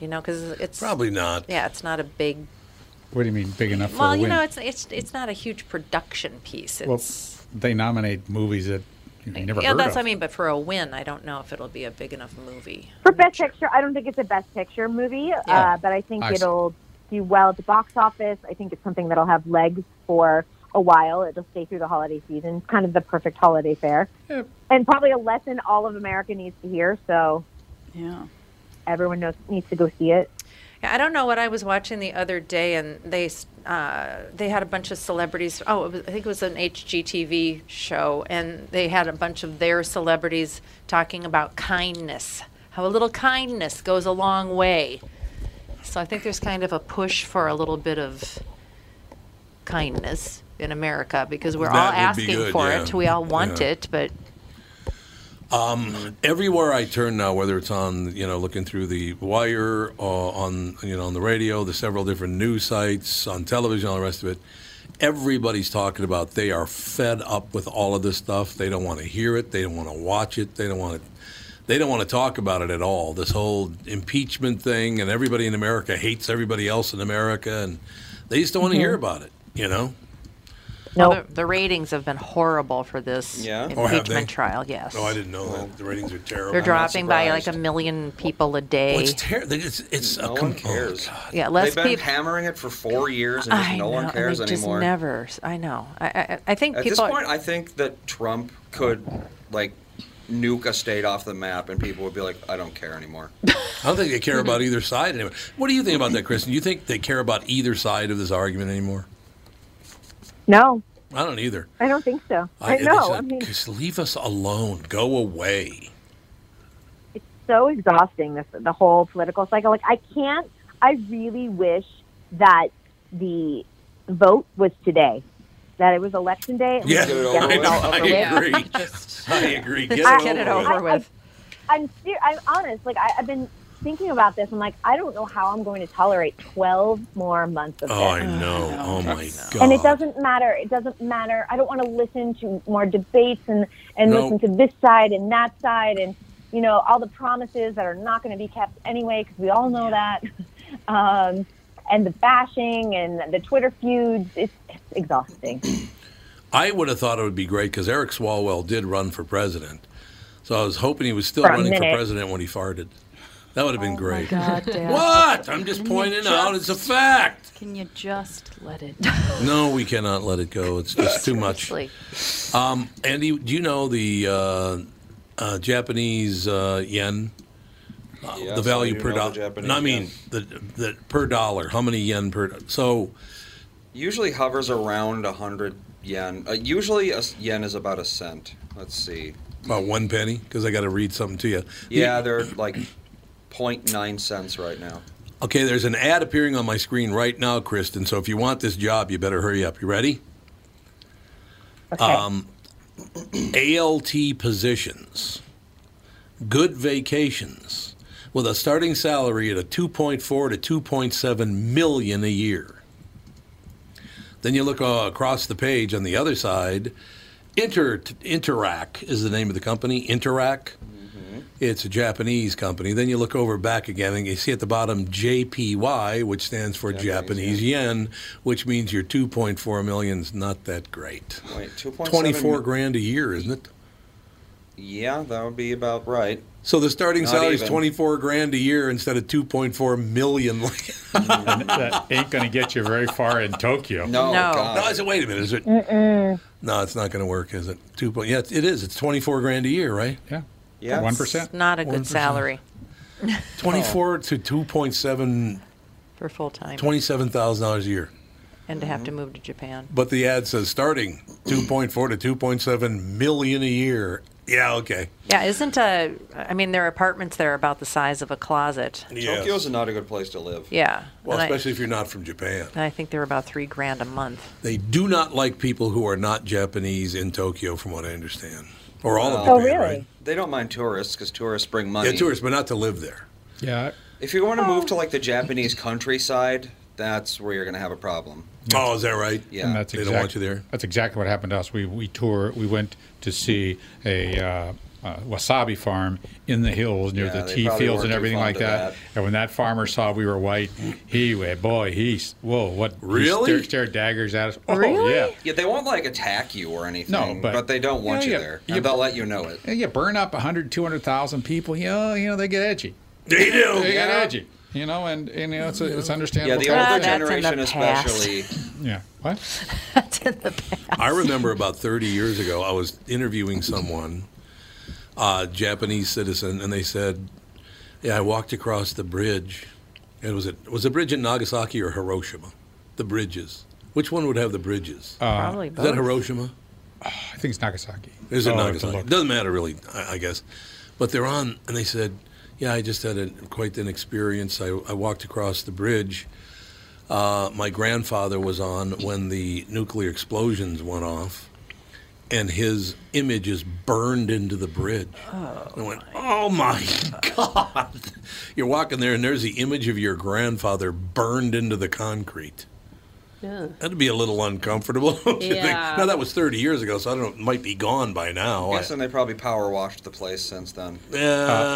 D: You know, because it's
A: Probably not.
D: Yeah, it's not a big.
B: What do you mean big enough for
D: well,
B: a
D: you
B: win?
D: know, it's it's it's not a huge production piece.
B: well,
D: It's
B: they nominate movies that you never
D: yeah,
B: heard
D: that's
B: of.
D: what I mean. But for a win, I don't know if it'll be a big enough movie.
G: For Best Picture, I don't think it's a Best Picture movie, uh, but I think
D: I see.
G: it'll do well at the box office. I think it's something that'll have legs for a while. It'll stay through the holiday season. Kind of the perfect holiday fare. And probably a lesson all of America needs to hear. So
C: yeah,
G: everyone knows, needs to go see it.
D: Yeah, I don't know what I was watching the other day, and they s- uh, they had a bunch of celebrities. Oh, it was, I think it was an HGTV show, and they had a bunch of their celebrities talking about kindness, how a little kindness goes a long way. So I think there's kind of a push for a little bit of kindness in America because we're all
A: That would be
D: asking
A: good,
D: for
A: yeah.
D: it. We all want
A: Yeah.
D: it, but
A: Um, everywhere I turn now, whether it's on, you know, looking through the wire, uh, on, you know, on the radio, the several different news sites, on television, all the rest of it, everybody's talking about they are fed up with all of this stuff. They don't want to hear it. They don't want to watch it. They don't want to. They don't want to talk about it at all. This whole impeachment thing, and everybody in America hates everybody else in America, and they just don't want to
D: Mhm.
A: hear about it. You know?
D: No, the, the ratings have been horrible for this
A: Yeah? Oh, have
D: impeachment
A: they?
D: trial. Yes,
A: Oh, I didn't know that. The ratings are terrible.
D: they're dropping by like a million people a day.
A: Well, it's terrible. It's, it's oh, no one cares.
D: Yeah, less
E: They've been
D: peop-
E: hammering it for four years, and just
D: I
E: no
D: know,
E: one
D: and
E: cares
D: they
E: anymore.
D: Just never. I know. I I, I think
E: At this
D: people.
E: point, I think that Trump could like nuke a state off the map, and people would be like, "I don't care anymore."
A: I don't think they care about either side anymore. What do you think about that, Kristen? You think they care about either side of this argument anymore?
G: No,
A: I don't either.
G: I don't think so. I,
A: it's
G: know.
A: like,
G: I mean,
A: just leave us alone. Go away.
G: so exhausting this the whole political cycle like i can't i really wish that the vote was today that it was election day and we
A: Yeah,
G: could
A: I,
G: get it all
A: I
G: over with.
A: agree. I agree. Get,
G: I-
A: it, over with.
G: I, am ser- I'm honest. Like I, I've been thinking about this. I'm like, I don't know how I'm going to tolerate 12 more months of
A: Oh, I
G: this.
A: know. Oh my god.
G: And it doesn't matter. It doesn't matter. I don't want to listen to more debates and and
A: No.
G: listen to this side and that side and you know all the promises that are not going to be kept anyway because we all know that. Um, and the bashing and the Twitter feuds. It's, it's exhausting.
A: I would have thought it would be great because Eric Swalwell did run for president, so I was hoping he was still
G: For a
A: running for
G: minute.
A: president when he farted. That would have been great.
C: God, Dad.
A: What? I'm just
C: Can you
A: pointing out it's a
C: just-
A: fact.
C: Can you just let it?
A: No, we cannot let it go. It's just too much.
C: Seriously.
A: Um, Andy, do you know the uh, uh, Japanese uh, yen? Uh,
E: Yes,
A: the value
E: I do
A: per
E: know the
A: dollar.
E: Japanese
A: No, I mean the, the per dollar. How many yen per? So
E: Usually hovers around hundred yen. Uh, usually, a s- yen is about a cent. Let's see.
A: about one penny, because I got to read something to you.
E: Yeah, they're like 0.9 cents right now.
A: Okay, there's an ad appearing on my screen right now, Kristen. So if you want this job, you better hurry up. You ready?
G: Okay.
A: Um, ALT positions, good vacations, with a starting salary at a 2.4 to 2.7 million a year. Then you look uh, across the page on the other side. Inter Interac is the name of the company. Interac. It's a Japanese company. Then you look over back again and you see at the bottom JPY, which stands for Japanese, yen. which means your 2.4 million's not that great.
E: Wait, 2.7
A: 24
E: mi-
A: grand a year, isn't it?
E: Yeah, that would be about right.
A: So the starting
E: Not
A: salary is
E: even.
A: 24 grand a year instead of 2.4 million. that
B: ain't going to get you very far in Tokyo.
A: No,
B: No,
A: no.
B: God.
A: I said, wait a minute. Is it?
G: Mm-mm.
A: No, it's not going to work, is it? Two point. Yeah, it is. It's 24 grand a year, right?
B: Yeah.
E: Yeah.
B: One percent.
D: Not a good salary.
A: 24 to 2.7
D: for full time.
A: $27,000 a year.
D: and to have
A: Mm-hmm.
D: to move to Japan.
A: But the ad says starting 2.4 to 2.7 million a year. Yeah, okay.
D: Yeah, isn't uh I mean there are apartments there about the size of a closet.
E: Tokyo's not a good place to live.
D: Yeah.
A: Well,
D: And I-
A: especially if you're not from Japan.
D: and I think they're about three grand a month.
A: They do not like people who are not Japanese in Tokyo, from what I understand. Or all of
E: Well,
A: Japan,
D: Oh,
A: right?
E: They don't mind tourists because tourists bring money.
A: Yeah, tourists, but not to live there.
B: Yeah.
E: If you want to move to like the Japanese countryside, that's where you're going to have a problem.
A: Oh, is that right?
E: Yeah.
B: And that's
E: They don't
B: exact-
E: want you there.
B: That's exactly what happened to us. We we tour. We went to see a uh, uh, wasabi farm in the hills near
E: Yeah,
B: the
E: they
B: tea
E: probably
B: fields
E: weren't
B: and
E: too
B: everything
E: fond
B: like
E: of
B: that.
E: that.
B: And when that farmer saw we were white, he went, boy, he's whoa, what?
E: Really?
B: He stared, stared daggers at us. Oh yeah.
E: Yeah, they won't like attack you or anything.
B: No, but-
E: they don't want
B: Yeah,
E: you
B: yeah.
E: there.
B: Yeah,
E: And they'll let you know it.
B: And you burn up 100, 200,000 people. You know, you know they get edgy.
A: They do.
B: They get
E: Yeah.
B: edgy. You know, and, and you know it's, it's understandable.
E: Yeah, the older generation especially.
B: Yeah. What?
A: I remember about 30 years ago, I was interviewing someone, a Japanese citizen, and they said, "Yeah, I walked across the bridge. And was it was the bridge in Nagasaki or Hiroshima? The bridges. Which one would have the bridges?
B: Uh, Probably
A: Is that
B: both.
A: Hiroshima?
B: I think it's Nagasaki.
A: Is it
B: Oh, I have to
A: Nagasaki?
B: look.
A: Doesn't matter really, I, I guess. But they're on, and they said, "Yeah, I just had a, quite an experience. I, I walked across the bridge. Uh, my grandfather was on when the nuclear explosions went off, and his image is burned into the bridge. Oh, I went, oh my God! You're walking there, and there's the image of your grandfather burned into the concrete.
J: Yeah.
A: That'd be a little uncomfortable. don't you think?
J: Yeah.
A: Now that was 30 years ago, so I don't know. It might be gone by now.
E: I guess and they probably power washed the place since then.
A: Uh,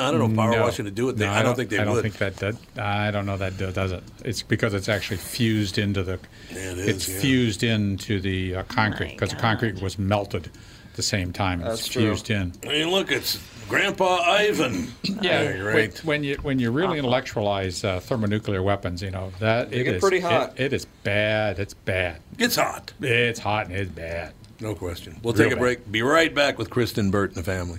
A: I don't know if power washing would do it.
B: No,
A: I, don't think they
B: I don't
A: would.
B: think that, that. I don't know that do- does it. It's because it's actually fused into the.
A: Yeah, it
B: it's
A: is, yeah.
B: fused into the uh, concrete because the concrete was melted at the same time. It's
A: That's true.
B: fused in.
A: I mean, look, it's Grandpa Ivan.
B: Yeah,
A: you're
B: when-
A: right.
B: When you when you really intellectualize uh, thermonuclear weapons, you know that
A: They
B: it
A: get
B: is-
A: pretty
B: it-
A: hot.
B: it is bad. It's bad.
A: It's hot.
B: It's hot and it's bad.
A: No question. We'll
B: Real
A: take a
B: bad.
A: break. Be right back with Kristen Burt and the family.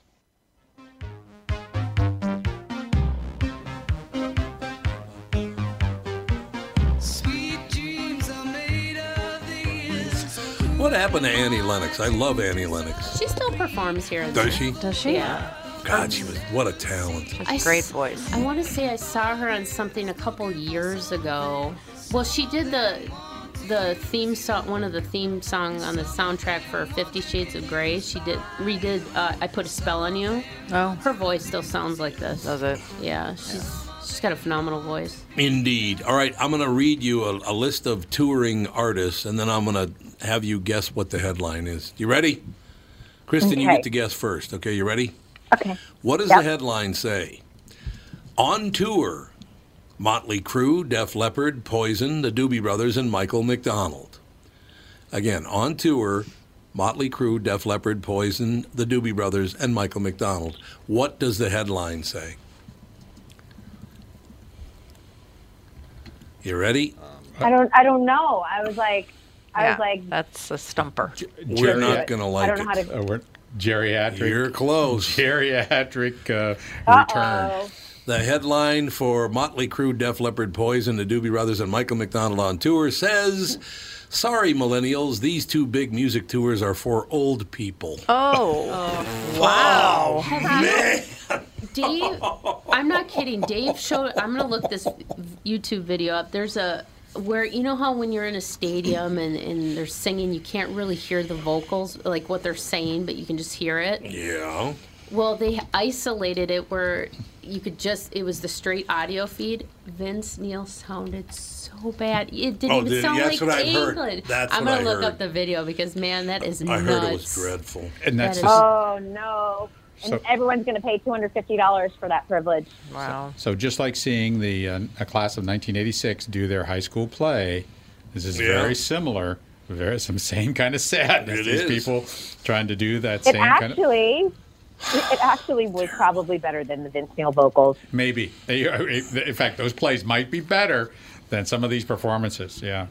A: What happened to Annie Lennox? I love Annie Lennox.
J: She still performs here. and
A: Does
J: there.
A: she? Does she?
J: Yeah.
A: God, she was what a talent.
J: I s- I want to say I saw her on something a couple years ago. Well, she did the the theme song, one of the theme song on the soundtrack for Fifty Shades of Grey. She did redid uh, I Put a Spell on You. Oh. Her voice still sounds like this. Does it? Yeah. She's she's got a phenomenal voice.
A: Indeed. All right, I'm going to read you a, a list of touring artists, and then I'm going to have you guess what the headline is. You ready? Kristen, you
G: Okay.
A: get to guess first. Okay, you ready?
G: Okay.
A: What does the
G: Yep.
A: headline say? On tour, Motley Crue, Def Leppard, Poison, the Doobie Brothers, and Michael McDonald. Again, on tour, Motley Crue, Def Leppard, Poison, the Doobie Brothers, and Michael McDonald. What does the headline say? You ready?
G: I don't. I don't know. I was like, I
D: Yeah,
G: was like,
D: that's a stumper.
A: We're not going to like
G: I don't know
A: it.
G: how to.
B: Uh, we're geriatric.
A: You're close.
B: Geriatric uh,
G: Uh-oh.
B: return.
A: The headline for Motley Crue, Def Leppard, Poison, the Doobie Brothers, and Michael McDonald on tour says, "Sorry, millennials, these two big music tours are for old people."
D: Oh. wow.
A: Man.
J: Dave, I'm not kidding. Dave showed. I'm gonna look this YouTube video up. There's a where you know how when you're in a stadium and and they're singing, you can't really hear the vocals, like what they're saying, but you can just hear it.
A: Yeah.
J: Well, they isolated it where you could just. It was the straight audio feed. Vince Neil sounded so bad. It didn't
A: Oh,
J: even
A: did it?
J: sound
A: That's
J: like
A: what I've heard.
J: England.
A: That's
J: I'm
A: what
J: gonna
A: I
J: look
A: heard.
J: up the video because man, that is
A: I
J: nuts.
A: heard it was dreadful.
B: And
J: that's That is- just-
G: Oh no! And
B: So-
G: everyone's going to pay two hundred fifty dollars for that privilege.
D: Wow.
B: So just like seeing the uh, a class of 1986 do their high school play, this is
A: Yeah.
B: very similar. Very some same kind of sadness.
A: It
B: These
A: is.
B: people trying to do that
G: It
B: same kind of
G: actually, it actually was probably better than the Vince Neil vocals.
B: maybe. They, uh, in fact, those plays might be better than some of these performances. Yeah.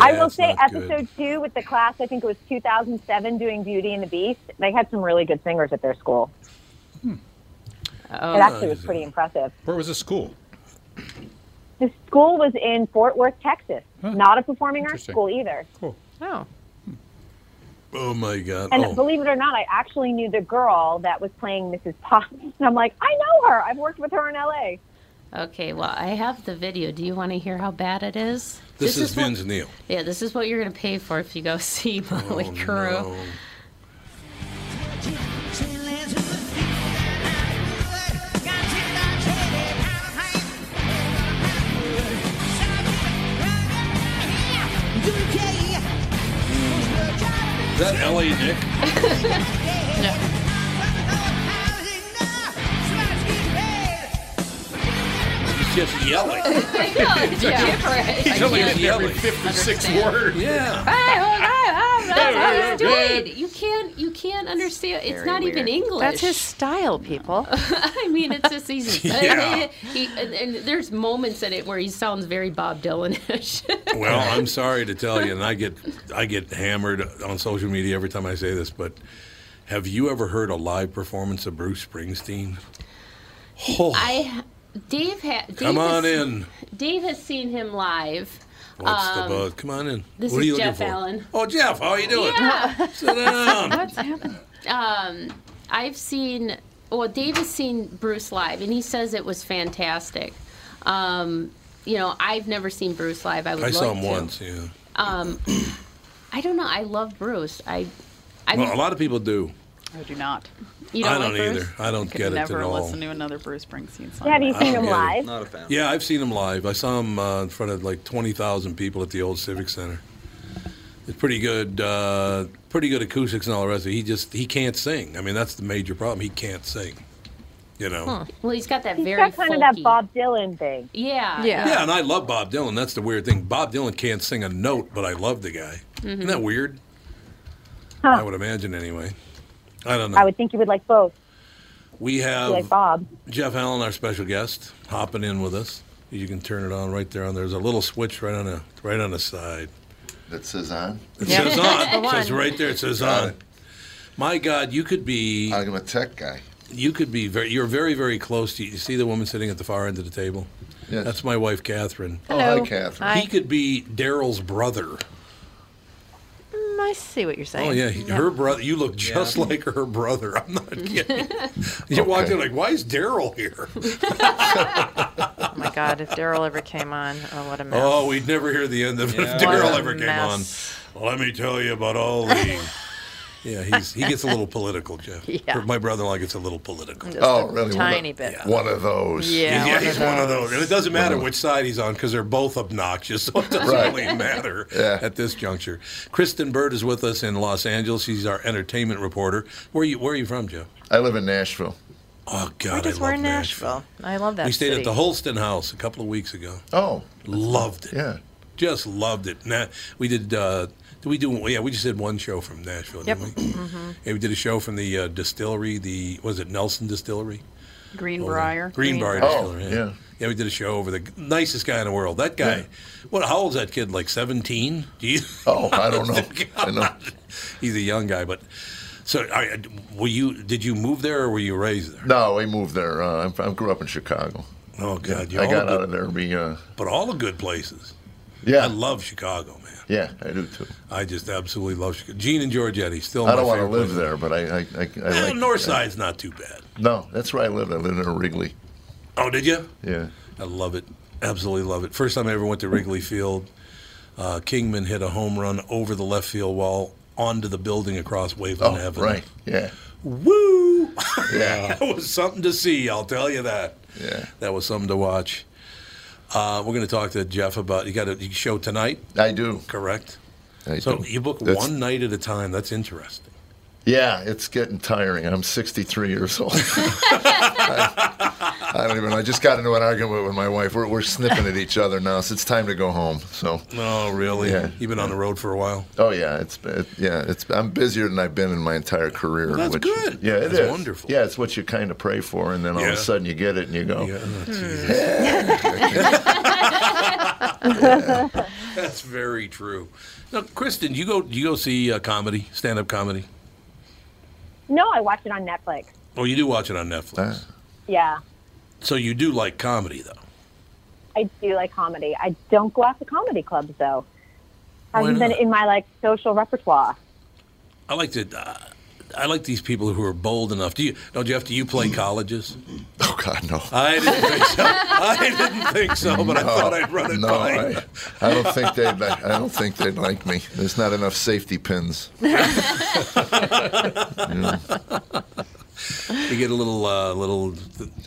G: I will say, episode two with the class, I think it was 2007, doing Beauty and the Beast. They had some really good singers at their school.
B: Oh.
G: it actually was pretty impressive.
B: Where was the school?
G: The school was in Fort Worth, Texas. Not a performing arts
B: Interesting.
G: school either.
B: Cool.
D: Oh.
A: Oh my God.
G: And
A: oh.
G: believe it or not, I actually knew the girl that was playing Mrs. Potts. And I'm like, I know her. I've worked with her in LA.
J: Okay, well, I have the video. Do you want to hear how bad it is?
A: This, is,
J: what-
A: Vince Neil.
J: yeah, this is what you're going to pay for if you go see
A: Oh,
J: Molly Crew.
A: Is that L.A. Nick?
D: Oh.
A: He's just yelling.
J: it's yeah. different.
A: He's
J: I
A: only
J: can't
A: yelling.
B: fifth
A: or sixth
B: word.
A: Yeah.
J: I, doing. You can't. You can't understand. It's
D: Very
J: not even
D: weird.
J: English.
D: That's his style, people.
J: I mean, it's just easy.
A: Yeah.
J: he, and, and there's moments in it where he sounds very Bob Dylan-ish.
A: Well, I'm sorry to tell you, and I get I get hammered on social media every time I say this, but have you ever heard a live performance of Bruce Springsteen? Oh,
J: I Dave ha, Dave
A: come on
J: has-
A: in.
J: Dave has seen him live.
A: What's
J: Um,
A: the buzz? Come on in.
J: This is
A: what are you
J: Jeff
A: looking for?
J: Allen.
A: Oh, Jeff, how are you doing?
J: Yeah.
A: Sit down.
C: What's happening?
J: Um, I've seen. Well, Dave has seen Bruce live, and he says it was fantastic. Um, you know, I've never seen Bruce live. I would.
A: I
J: love
A: saw him
J: to.
A: once. Yeah.
J: Um, I don't know. I love Bruce. I. I
A: well, a lot of people do.
C: I do not.
J: You
A: I don't either. I don't
C: could
A: get it
C: never
A: at all.
C: listen to another Bruce Springsteen song.
G: Have you
A: I
G: seen
A: don't get
G: him
A: it.
G: live?
E: Not a fan.
A: Yeah, I've seen him live. I saw him uh, in front of like twenty thousand people at the old Civic Center. It's pretty good, uh, pretty good acoustics and all the rest of it. He just he can't sing. I mean, that's the major problem. He can't sing. You know.
J: Huh. Well, he's got that
G: He's
J: very.
G: got kind of that
J: folky-
G: Bob Dylan thing.
J: Yeah.
A: Yeah, and I love Bob Dylan. That's the weird thing. Bob Dylan can't sing a note, but I love the guy. Isn't
E: Mm-hmm.
A: that weird?
G: Huh.
A: I would imagine anyway. I don't know.
G: I would think you would like both.
A: we
G: You
A: have
G: like Bob.
A: Jeff Allen, our special guest, hopping in with us. You can turn it on right there. On there's a little switch right on a right on the side.
K: That says on.
A: It
K: Yeah.
A: says
K: That's the
A: on. It says
K: one.
A: right there. It says
K: Got
A: on.
K: it.
A: My God, you could be.
K: I'm a tech guy.
A: You could be very. You're very very close to. You see the woman sitting at the far end of the table.
K: Yes.
A: That's my wife, Catherine.
K: Oh, hi, Hello. Catherine. Hi.
A: He could be Daryl's brother.
D: Mm, I see what you're saying.
A: Oh yeah, he- her brother. You look just
D: Yeah.
A: like her brother. I'm not kidding. you walked in like, why is Daryl here?
D: Oh my God, if Daryl ever came on, oh what a mess.
A: Oh, we'd never hear the end of it
D: Yeah.
A: if Daryl
D: What a
A: ever came
D: mess.
A: on. Let me tell you about all the. yeah, he's he gets a little political, Jeff.
D: Yeah.
A: My brother-in-law gets a little political.
D: Just Oh, a really? One tiny of- bit. yeah.
K: One of those.
D: Yeah,
A: yeah
D: one
A: he's
D: of
A: one of those. And it doesn't matter
K: One of-
A: which side he's on because they're both obnoxious, so it doesn't
K: Right.
A: really matter
K: Yeah.
A: at this juncture. Kristen Bird is with us in Los Angeles. She's our entertainment reporter. Where you Where are you from, Jeff?
K: I live in Nashville.
A: Oh God,
D: Because
A: I
D: we're
A: love
D: in Nashville. I love that
A: we stayed
D: city.
A: at the Holston House a couple of weeks ago.
K: Oh,
A: loved it.
K: Yeah,
A: just loved it. Nah, we did. Uh, did we do? Yeah, we just did one show from Nashville,
C: Yep.
A: didn't we?
D: Mm-hmm.
C: Mhm.
A: Yeah, we did a show from the uh, distillery. The was it Nelson Distillery?
C: Greenbrier.
A: Greenbrier
K: Oh,
A: Distillery.
K: yeah.
A: Yeah, we did a show over the nicest guy in the world. That guy, what? How old's that kid? Like seventeen?
K: Oh, I don't know. I know.
A: He's a young guy, but so I, were you? Did you move there or were you raised there?
K: No, we moved there. Uh, I'm, I grew up in Chicago.
A: Oh God,
K: I
A: all
K: got
A: good-
K: out of there. Be uh,
A: But all the good places.
K: Yeah.
A: I love Chicago, man.
K: yeah, I do too.
A: I just absolutely love Chicago. Gene and Georgette, still.
K: I don't
A: want
K: want to live there, but I I, I, I
A: Well,
K: like
A: North
K: I-
A: Side's not too bad.
K: No, that's where I lived. I lived in Wrigley.
A: Oh, did you?
K: Yeah.
A: I love it. Absolutely love it. First time I ever went to Wrigley Field, uh, Kingman hit a home run over the left field wall onto the building across Waveland
K: Oh,
A: Avenue.
K: right. Yeah.
A: Woo!
K: Yeah.
A: that was something to see. I'll tell you that.
K: Yeah.
A: That was something to watch. Uh, we're going to talk to Jeff about you got a show tonight.
K: I do.
A: Correct.
K: I
A: so
K: do.
A: you book
K: That's-
A: one night at a time. That's interesting.
K: Yeah, it's getting tiring. I'm 63 years old. I, I don't even. I just got into an argument with my wife. We're, we're snipping at each other now, so it's time to go home. So.
A: Oh, really?
K: Yeah.
A: You've been on the road for a while.
K: Oh yeah, it's it, yeah, it's I'm busier than I've been in my entire career.
A: Well, that's
K: which,
A: good.
K: Yeah, it is
A: That's wonderful.
K: Yeah, it's what you kind of pray for, and then all
A: Yeah.
K: of a sudden you get it, and you go,
A: That's very true. Now, Kristen, you go you go see uh, comedy, stand up comedy.
G: No, I watch it on Netflix.
A: Oh, you do watch it on Netflix.
G: Yeah,
A: So you do like comedy, though.
G: I do like comedy. I don't go out to comedy clubs though.
A: Why
G: Hasn't been
A: not?
G: in my like social repertoire.
A: I like to. Uh, I like these people who are bold enough. Do you? No, Jeff. Do you play colleges?
K: Oh God, no.
A: I didn't think so. I didn't think so, but I thought I'd run it
K: no,
A: by. you.
K: I, I don't think they'd. li- I don't think they'd like me. There's not enough safety pins. Yeah.
A: You get a little, uh, little.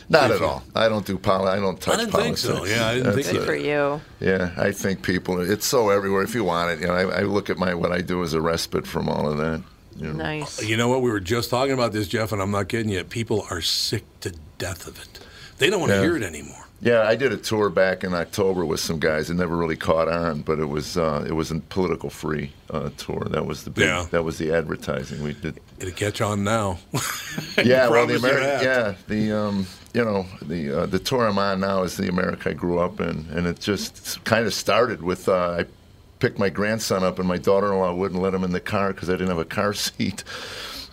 K: Not at all. I don't do poli. I don't touch
A: didn't
K: politics.
A: think so. Yeah, I didn't
K: That's
A: think
K: it.
A: so. Good for
D: you.
K: Yeah, I think people. It's so everywhere. If you want it, you know, I, I look at my what I do as a respite from all of that. You know.
D: Nice.
A: You know what? We were just talking about this, Jeff, and I'm not kidding you. People are sick to death of it. They don't want to
K: Yeah.
A: hear it anymore.
K: Yeah, I did a tour back in October with some guys. It never really caught on, but it was uh, it was a political free uh, tour. That was the big,
A: Yeah.
K: that was the advertising we did.
A: It'll catch on now.
K: yeah, well, the
A: promise you that.
K: Ameri- yeah, the um, you know, the uh, the tour I'm on now is the America I grew up in, and it just kind of started with uh, I picked my grandson up, and my daughter-in-law wouldn't let him in the car because I didn't have a car seat.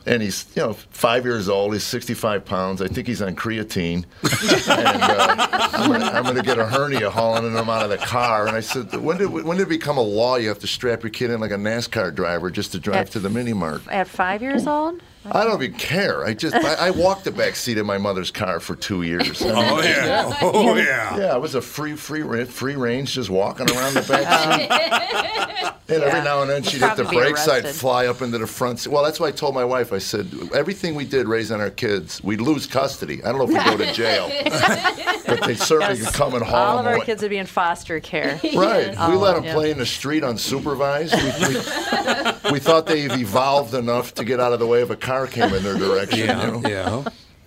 K: And he's, you know, five years old. He's 65 pounds. I think he's on creatine. and uh, I'm gonna- I'm going to get a hernia hauling him out of the car. And I said, when did when did it become a law you have to strap your kid in like a NASCAR driver just to drive to the mini mart?
D: At five years old?
K: I don't even care. I just I, I walked the back seat of my mother's car for two years. I
A: Oh, yeah. Oh, yeah.
K: Yeah, I was a free free ra- free range, just walking around the back seat. And every now and then she'd hit the
L: Probably be
K: brakes. I'd
L: arrested.
K: fly up into the front seat. Well, that's why I told my wife. I said everything we did raising our kids, we'd lose custody. I don't know if we go to jail, but they certainly could come and haul
D: All of
K: them
D: our
K: away.
D: kids would be in foster care.
K: Right. We
D: Oh,
K: let them
D: yeah.
K: play in the street unsupervised. We, we, we thought they've evolved enough to get out of the way if a car came in their direction.
A: Yeah,
K: you know?
A: yeah.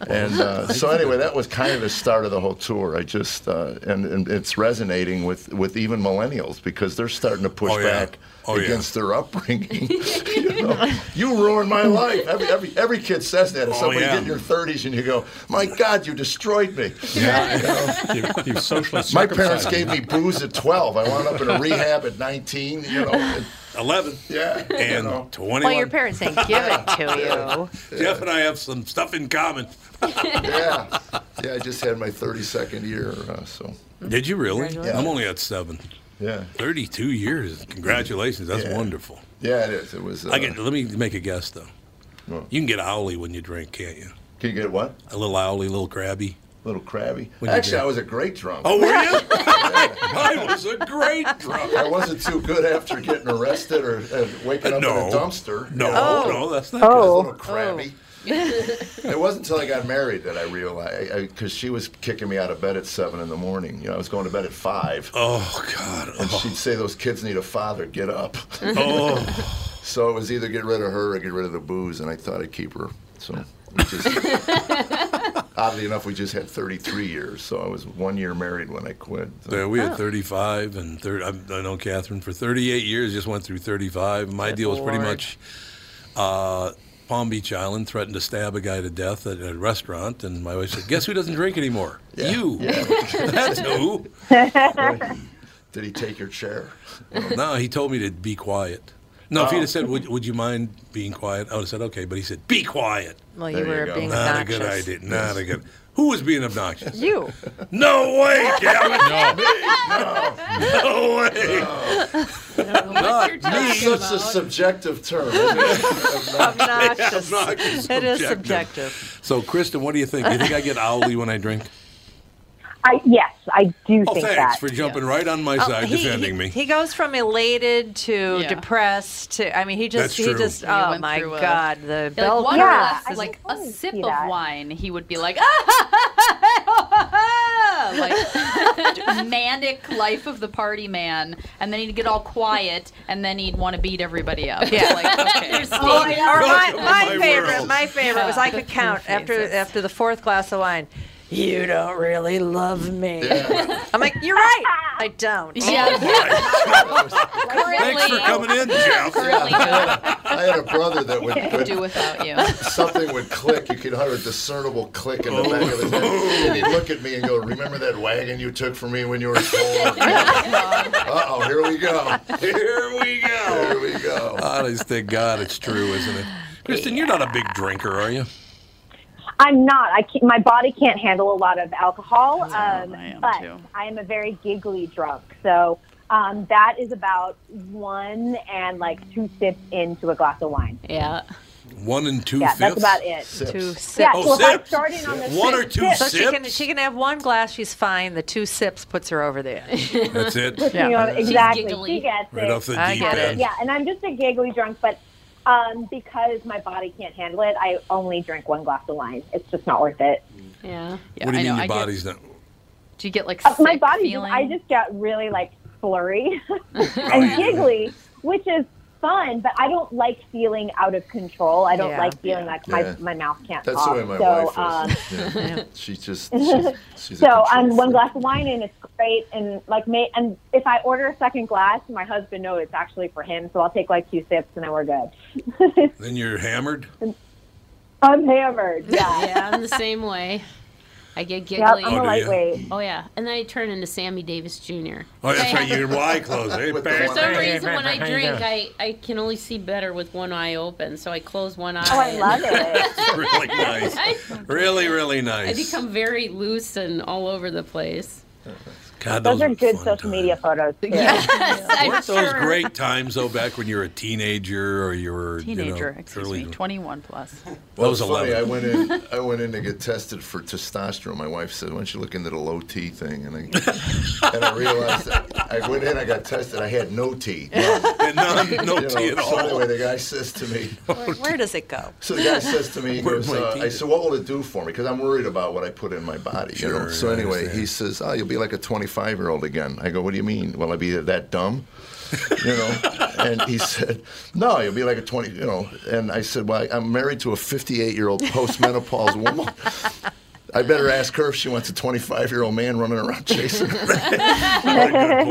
K: And uh, so anyway, that was kind of the start of the whole tour. I just uh, and, and it's resonating with, with even millennials because they're starting to push
A: Oh, yeah.
K: back
A: Oh, yeah.
K: against their upbringing. you, know, you ruined my life. Every, every every kid says that. It's
A: Oh,
K: like when you
A: yeah.
K: get in your thirties and you go, "My God, you destroyed me."
B: Yeah.
K: You know?
B: You, you socially
K: My parents
B: circumcised
K: gave me booze at 12. I wound up in a rehab at 19, you know. and-
A: 11.
K: Yeah.
A: And
K: you know.
A: 21.
D: Well, your parents didn't give it to
A: Jeff and I have some stuff in common.
K: yeah. Yeah, I just had my 32nd year, uh, so.
A: Did you really?
K: Congratulations.
A: I'm only at seven.
K: Yeah.
A: 32 years. Congratulations. That's
K: Yeah.
A: wonderful.
K: Yeah, it is. It was. Uh,
A: I get, let me make a guess, though. You can get owly when you drink, can't you?
K: Can you get what?
A: A little owly, a little crabby.
K: little crabby.
A: When you
K: Actually,
A: drink.
K: I was a great drunk.
A: Oh, were you? I was a great drunk.
K: I wasn't too good after getting arrested or uh, waking up
A: No.
K: in a dumpster.
A: No,
D: Oh.
K: know.
A: no, that's not
K: I was
A: good.
K: a little crabby. It wasn't until I got married that I realized, because she was kicking me out of bed at seven in the morning. You know, I was going to bed at five.
A: Oh God!
K: And she'd say, "Those kids need a father. Get up."
A: Oh.
K: So it was either get rid of her or get rid of the booze, and I thought I'd keep her. So we just, oddly enough, we just had 33 years. So I was one year married when I quit. So-
A: Yeah, we had
K: Oh.
A: 35 and 30. I've- I know Catherine for 38 years, just went through 35. My
K: Good
A: deal was pretty
K: Lord.
A: much uh, Palm Beach Island threatened to stab a guy to death at a restaurant. And my wife said, Guess who doesn't drink anymore? You. That's who.
K: Did he take your chair?
A: no, he told me to be quiet. No, if
K: Oh.
A: he'd have said, would, would you mind being quiet? I would have said, Okay. But he said, Be quiet.
D: Well, you There you were go. being
A: Not a good
D: obnoxious.
A: idea. Not a good. Who was being obnoxious?
D: You.
A: No way, Gavin.
B: No.
A: No way.
K: Not
A: you're
K: me.
A: talking
K: Such a subjective term. isn't it?
D: Obnoxious.
A: Obnoxious,
D: It is
A: So, Kristen, what do you think? Do you think I get owly when I drink?
G: I, yes, I do
A: Oh,
G: think
A: thanks
G: that.
A: for jumping right on my
D: Oh,
A: side,
D: he-
A: defending me.
D: He goes from elated to depressed to I mean he
A: That's
D: just he
A: true.
D: just
A: He
D: oh
C: went
D: my
C: through a-
D: god the
C: Like,
D: bell
C: one
D: curve
C: glass,
D: is-
C: like a sip
G: see
C: of
G: that.
C: wine, he would be like, ah, like manic life of the party man, and then he'd get all quiet, and then he'd want to beat everybody up.
D: Yeah.
C: like, okay.
D: Oh, or my,
C: Welcome to
D: my
C: my
D: favorite,
C: world.
D: my favorite was I could
C: Yeah.
D: count after after the fourth glass of wine. You don't really love me. I'm like, you're right. I don't.
A: Oh
C: Yeah.
A: Thanks for coming in, Jeff.
K: I had a brother that would, would
C: do without you.
K: something would click. You could hear a discernible click in the back of his head.
A: Oh.
K: And he'd look at me and go, Remember that wagon you took from me when you were four? uh oh, here we go.
A: Here we go.
K: Here we go.
A: Oh, Honest to God, it's true, isn't it? Kristen, you're not a big drinker, are you?
G: I'm not. I can't, my body can't handle a lot of alcohol, um, but I am a very giggly drunk. So Um, that is about one and like two sips into a glass of wine.
J: Yeah.
A: One and two
G: yeah,
A: fifths.
G: that's about it. Yeah,
A: Oh,
G: so if I
A: sips.
G: started on the
A: One or two
D: so she can,
A: sips?
D: she can have one glass, she's fine. The two sips puts her over the edge.
A: That's it.
G: puts me on- exactly. She gets
A: Right
G: it.
A: off the I deep get it. end.
G: Yeah, and I'm just a giggly drunk, but um, because my body can't handle it, I only drink one glass of wine. It's just not worth it.
J: Yeah.
C: I
A: what do you
C: know,
A: mean
C: I
A: your
C: get-
A: body's not?
C: Do you get like
G: Uh, my
C: sick
G: body, just,
C: feeling? Oh,
G: I just get really like flurry and giggly, which is fun, but I don't like feeling out of control. I don't
K: Yeah.
G: like feeling like my,
K: Yeah.
G: my mouth can't
K: That's
G: talk.
K: the way my
G: so,
K: wife
G: um,
K: is. Yeah. She just she's, she's a
G: so
K: control
G: I'm one
K: freak.
G: glass of wine and it's great and like mate and if I order a second glass my husband knows it's actually for him so I'll take like two sips and then we're good.
A: Then you're hammered.
G: I'm hammered. Yeah.
J: yeah, I'm the same way. I get
G: Yep, I'm
J: giggly.
G: a Oh, do ya? lightweight.
J: Oh yeah, and then I turn into Sammy Davis Jr.
A: Oh, that's
J: I
A: right.
J: have-
A: Your Y closed. Hey,
J: For some reason, when I drink, I, I can only see better with one eye open, so I close one eye.
G: Oh, I love
A: It's really nice. Really, really
J: I
A: nice.
J: become very loose and all over the place.
A: God,
G: Those
A: those
G: are good social media photos. too.
J: I'm
A: Weren't those great times though back when you were a teenager or you were
C: Teenager,
A: you know,
C: excuse
A: early-
C: me, 21 plus.
K: Well,
A: That was
K: it's funny.
A: 11.
K: I went in. I went in to get tested for testosterone. My wife said, "Why don't you look into the low T thing?" And I and I realized I, I went in. I got tested. I had no T.
A: And none- no
K: You
A: T at
K: So
A: all.
K: anyway, the guy says to me,
D: Where, where does it go?
K: So the guy says to me, he
A: Where'd
K: goes,
A: my
K: uh,
A: teeth
K: I said, what will it do for me? Because I'm worried about what I put in my body. you know?
A: Sure,
K: So
A: I
K: anyway,
A: understand.
K: he says, oh, you'll be like a 25 year old again. I go, what do you mean? Will I be that dumb? You know? and he said, no, you'll be like a 20, you know. And I said, well, I'm married to a 58 year old postmenopausal woman. I better ask her if she wants a 25 year old man running around chasing Oh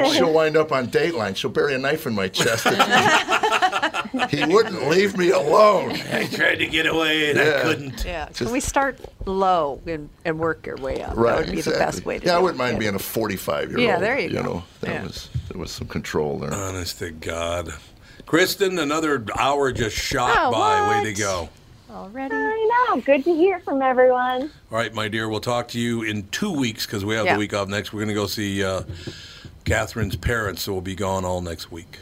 K: her. She'll wind up on Dateline. She'll bury a knife in my chest. he wouldn't leave me alone.
A: I tried to get away and I
K: Yeah.
A: couldn't.
D: Yeah.
K: Just-
D: Can we start low and, and work your way up?
K: Right.
D: That would be the
K: exactly.
D: best way to
K: Yeah,
D: do
K: I
D: it.
K: wouldn't mind being a 45 year old.
D: Yeah, there you go.
K: know, that
D: Yeah.
K: was there was some control there.
A: Honest to God. Kristen, another hour just shot
G: Oh,
A: by. Way
G: what?
A: to go.
D: Already.
G: I know. Good to hear from everyone.
A: All right, my dear. We'll talk to you in two weeks because we have
G: Yeah.
A: the week off next. We're going to go see uh, Catherine's parents, so we'll be gone all next week.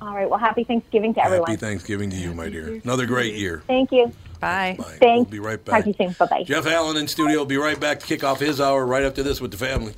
G: All right. Well, happy Thanksgiving to everyone.
A: Happy Thanksgiving to you, my dear. Another great year.
G: Thank you.
D: Bye.
A: Bye.
G: Thanks.
A: We'll be right back.
G: Talk to you soon. Bye bye.
A: Jeff Allen in studio. will Be right back to kick off his hour right after this with the family.